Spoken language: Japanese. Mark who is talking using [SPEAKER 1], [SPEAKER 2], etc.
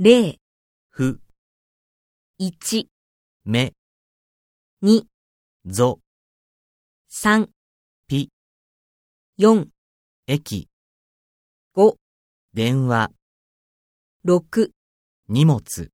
[SPEAKER 1] 0、
[SPEAKER 2] ふ、
[SPEAKER 1] 1、
[SPEAKER 2] め、
[SPEAKER 1] 2、
[SPEAKER 2] ぞ、
[SPEAKER 1] 3、
[SPEAKER 2] ぴ、
[SPEAKER 1] 4、
[SPEAKER 2] 駅、
[SPEAKER 1] 5、
[SPEAKER 2] 電話、
[SPEAKER 1] 6
[SPEAKER 2] 荷物。